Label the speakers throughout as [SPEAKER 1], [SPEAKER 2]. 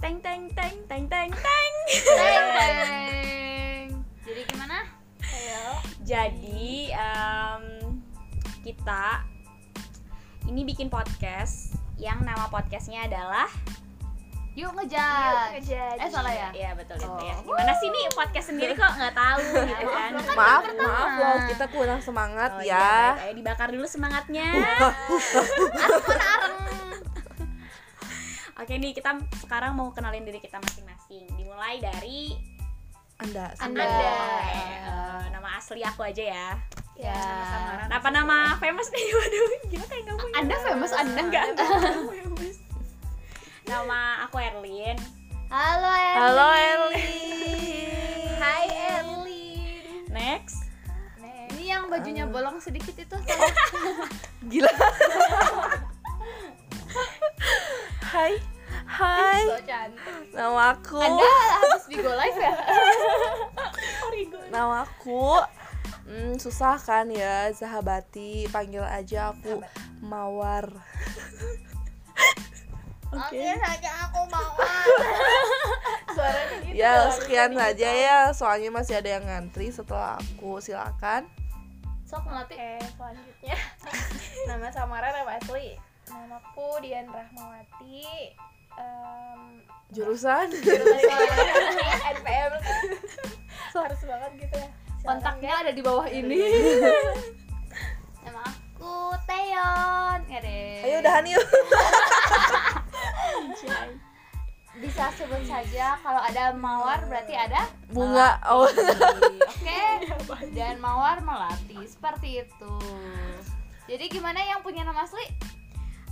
[SPEAKER 1] teng teng teng teng teng teng
[SPEAKER 2] Teng, teng. Jadi gimana?
[SPEAKER 1] jadi em, kita ini bikin podcast yang nama podcastnya adalah
[SPEAKER 2] Yuk ngejudge.
[SPEAKER 3] ngejudge.
[SPEAKER 2] Eh salah ya?
[SPEAKER 1] Iya betul itu
[SPEAKER 2] Oh.
[SPEAKER 1] ya. Gimana sih nih podcast sendiri kok nggak tahu gitu kan?
[SPEAKER 2] Kan
[SPEAKER 4] maaf
[SPEAKER 2] yang pertama.
[SPEAKER 4] maaf loh kita kurang semangat
[SPEAKER 1] Oh, iya,
[SPEAKER 4] ya
[SPEAKER 1] baik, ayo dibakar dulu semangatnya. Oke nih kita sekarang mau kenalin diri kita masing-masing. Dimulai dari
[SPEAKER 4] anda
[SPEAKER 2] Anda.
[SPEAKER 1] Anda. Eh, nama asli aku aja ya.
[SPEAKER 2] Ya.
[SPEAKER 3] Iya, Sama-sama.
[SPEAKER 1] Apa nama famous nih? Waduh, gila kayak kamu. ya.
[SPEAKER 2] Anda famous, Anda
[SPEAKER 1] enggak? enggak famous. Nama aku Erlin.
[SPEAKER 2] Halo Erlin.
[SPEAKER 4] halo Erli
[SPEAKER 2] Hai Erlin.
[SPEAKER 1] Next.
[SPEAKER 2] Ini yang bajunya bolong sedikit itu
[SPEAKER 4] gila hai hai
[SPEAKER 3] Oh.
[SPEAKER 2] so cantik.
[SPEAKER 4] nama aku
[SPEAKER 2] Anda habis Bigo Live ya?
[SPEAKER 1] Origo.
[SPEAKER 4] nama aku hmm, susah kan ya Zahabati panggil aja aku Mawar
[SPEAKER 3] Oke, saja aku mau. Suaranya gitu.
[SPEAKER 4] ya sekian aja ya soalnya masih ada yang ngantri setelah aku silakan
[SPEAKER 2] Sok ngelatih.
[SPEAKER 3] Oke, selanjutnya. Nama samaran nama asli. Namaku Dian Rahmawati. Em,
[SPEAKER 4] jurusan
[SPEAKER 3] NPM harus banget gitu ya. Silakan,
[SPEAKER 2] Kontaknya
[SPEAKER 3] guys.
[SPEAKER 2] ada di bawah ini. Nama aku Teon. Ya deh.
[SPEAKER 4] ayo udahan yuk
[SPEAKER 2] Bisa sebut saja kalau ada Mawar berarti ada
[SPEAKER 4] bunga oh
[SPEAKER 2] Oke. Dan Mawar melatih seperti itu. Jadi gimana yang punya nama asli?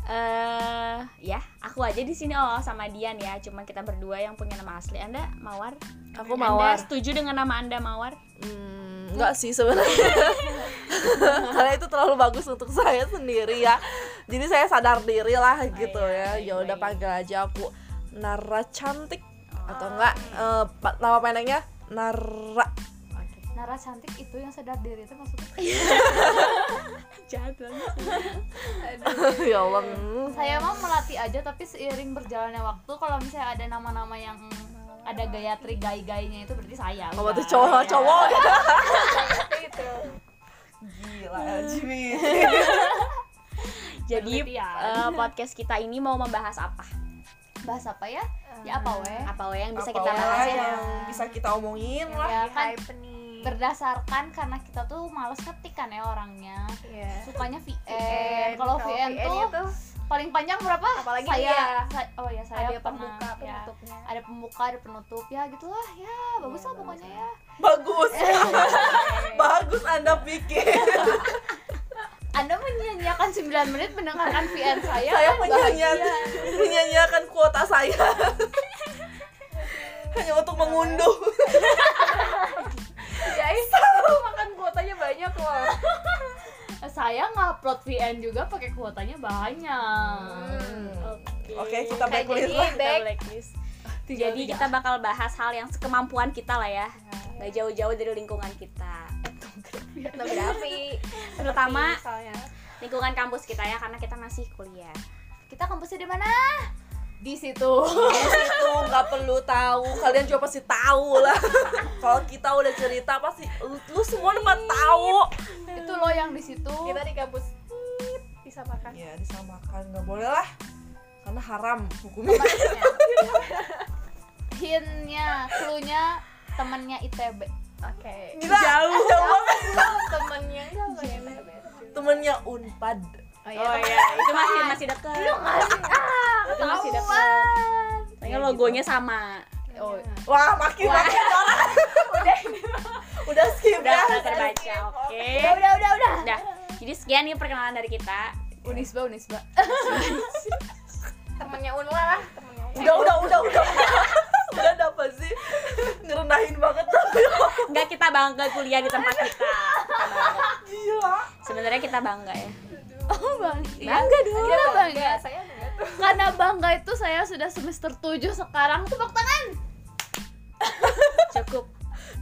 [SPEAKER 1] Eh, ya, aku aja di sini oh sama Dian ya. Cuman kita berdua yang punya nama asli. Anda Mawar.
[SPEAKER 4] aku Mawar
[SPEAKER 1] Anda setuju dengan nama Anda Mawar?
[SPEAKER 4] Hmm, enggak sih sebenarnya karena itu terlalu bagus untuk saya sendiri ya jadi saya sadar diri lah gitu
[SPEAKER 1] iya,
[SPEAKER 4] ya ya udah
[SPEAKER 1] baik-baik.
[SPEAKER 4] panggil aja aku Nara cantik atau enggak eh, pa- nama pendeknya Nara
[SPEAKER 2] Nara cantik itu yang sadar diri itu maksudnya.
[SPEAKER 1] Jahat banget.
[SPEAKER 4] ya Allah mm.
[SPEAKER 2] Saya mau melatih aja tapi seiring berjalannya waktu kalau misalnya ada nama-nama yang mm, ada Gayatri gai-gainya itu berarti saya. Iya.
[SPEAKER 4] kamu tuh
[SPEAKER 2] udah.
[SPEAKER 4] Oh, cowok cowok gitu
[SPEAKER 3] gitu.
[SPEAKER 4] gila Jimmy
[SPEAKER 1] Jadi
[SPEAKER 2] Penelitian.
[SPEAKER 1] eh, podcast kita ini mau membahas apa?
[SPEAKER 2] Bahas apa ya?
[SPEAKER 3] Hmm.
[SPEAKER 2] Ya apa weh?
[SPEAKER 1] Apa we yang bisa kita bahas ya?
[SPEAKER 4] yang bisa kita omongin lah
[SPEAKER 2] Ya kan
[SPEAKER 3] Hype nih.
[SPEAKER 2] berdasarkan karena kita tuh males ketik kan ya orangnya.
[SPEAKER 3] Iya.
[SPEAKER 2] Sukanya VN. eh, Kalau VN tuh
[SPEAKER 3] itu
[SPEAKER 2] paling panjang berapa?
[SPEAKER 3] Apalagi
[SPEAKER 2] saya,
[SPEAKER 3] dia.
[SPEAKER 2] sa- oh ya saya
[SPEAKER 3] ada
[SPEAKER 2] pernah
[SPEAKER 3] pembuka
[SPEAKER 2] ya.
[SPEAKER 3] penutupnya.
[SPEAKER 2] ada pembuka ada penutup ya gitulah ya bagus lah pokoknya ya
[SPEAKER 4] bagus bagus anda pikir
[SPEAKER 2] anda menyanyiakan 9 menit mendengarkan VN saya
[SPEAKER 4] saya
[SPEAKER 2] kan
[SPEAKER 4] menyanyiakan menyanyiakan kuota saya hanya untuk mengunduh
[SPEAKER 3] Guys, Ya, makan kuotanya banyak loh.
[SPEAKER 2] bah- Iya. saya ngupload VN juga pakai kuotanya banyak
[SPEAKER 4] oke kita
[SPEAKER 3] Oke,
[SPEAKER 4] backlist
[SPEAKER 3] jadi
[SPEAKER 4] lah
[SPEAKER 1] Kita
[SPEAKER 3] back.
[SPEAKER 1] blacklist.
[SPEAKER 2] Tiga,
[SPEAKER 1] Jadi
[SPEAKER 2] tiga.
[SPEAKER 1] kita bakal bahas hal yang sekemampuan kita lah ya. Gak jauh-jauh dari lingkungan kita.
[SPEAKER 3] Etnografi.
[SPEAKER 1] Terutama
[SPEAKER 3] misalnya.
[SPEAKER 1] lingkungan kampus kita ya karena kita masih kuliah.
[SPEAKER 2] kita kampusnya di mana di situ
[SPEAKER 4] itu nggak perlu tahu kalian juga pasti tahu lah kalau kita udah cerita pasti lu, lu semua udah pada tahu
[SPEAKER 2] itu loh yang di situ
[SPEAKER 3] Kita di kampus tit, disamakan.
[SPEAKER 4] ya disamakan nggak boleh lah karena haram hukumnya
[SPEAKER 2] Temannya. hintnya cluenya temannya ITB
[SPEAKER 3] Oke.
[SPEAKER 4] jauh
[SPEAKER 3] Temen yang gak boleh
[SPEAKER 4] temennya unpad
[SPEAKER 3] ya? Oh
[SPEAKER 1] Oh iya, itu masih masih dekat. itu masih dekat. Soalnya logonya sama.
[SPEAKER 2] oh
[SPEAKER 4] wah makin
[SPEAKER 1] Wah.
[SPEAKER 4] makin orang udah skip
[SPEAKER 1] Udah
[SPEAKER 4] ya
[SPEAKER 1] udah terbaca. Oke.
[SPEAKER 2] udah udah udah, udah.
[SPEAKER 1] Udah. Jadi sekian nih perkenalan dari kita.
[SPEAKER 2] unisba unisba
[SPEAKER 3] Temennya Unla lah, temennya Unla.
[SPEAKER 4] udah udah udah udah udah ada apa sih ngerendahin banget tapi
[SPEAKER 1] Enggak kita bangga kuliah di tempat kita. Kita bangga.
[SPEAKER 4] gila
[SPEAKER 1] Sebenarnya kita bangga ya.
[SPEAKER 2] oh bang
[SPEAKER 1] Bangga dong.
[SPEAKER 2] Iya, bangga.
[SPEAKER 3] Saya enggak tuh.
[SPEAKER 2] Karena bangga itu saya sudah semester 7 sekarang Tepuk tangan
[SPEAKER 1] Cukup.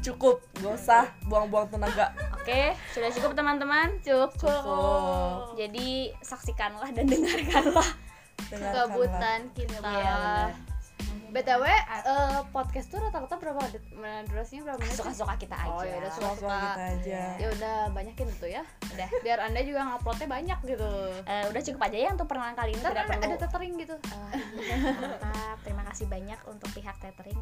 [SPEAKER 4] cukup gak usah buang-buang tenaga
[SPEAKER 1] Oke, sudah cukup teman-teman.
[SPEAKER 2] Cukup
[SPEAKER 4] oh
[SPEAKER 1] Jadi saksikanlah dan dengarkanlah
[SPEAKER 4] dengarkanlah.
[SPEAKER 2] Kebutan kita
[SPEAKER 1] Iya, benar.
[SPEAKER 2] btw eh, podcast tuh rata-rata berapa det- durasinya berapa menit?
[SPEAKER 1] suka suka kita aja
[SPEAKER 2] Oh, yaudah, suka.
[SPEAKER 4] Soal-soal kita aja
[SPEAKER 2] ya udah banyakin tuh ya
[SPEAKER 1] Udah.
[SPEAKER 2] biar anda juga nguploadnya banyak gitu
[SPEAKER 1] Eh, udah cukup aja ya untuk perkenalan kali ini
[SPEAKER 2] ntar
[SPEAKER 1] tidak
[SPEAKER 2] kan
[SPEAKER 1] perlu
[SPEAKER 2] ada tethering gitu
[SPEAKER 1] Eh, iya, mantap. Terima kasih banyak untuk pihak catering.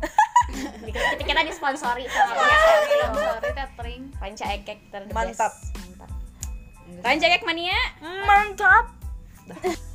[SPEAKER 1] Dikit-dikit kita disponsori sama pihak catering.
[SPEAKER 2] sorry tethering
[SPEAKER 1] Ranca Ekek ter the
[SPEAKER 4] Mantap. Kan
[SPEAKER 1] best. Mantap. Ranca Ekek mania.
[SPEAKER 4] Mantap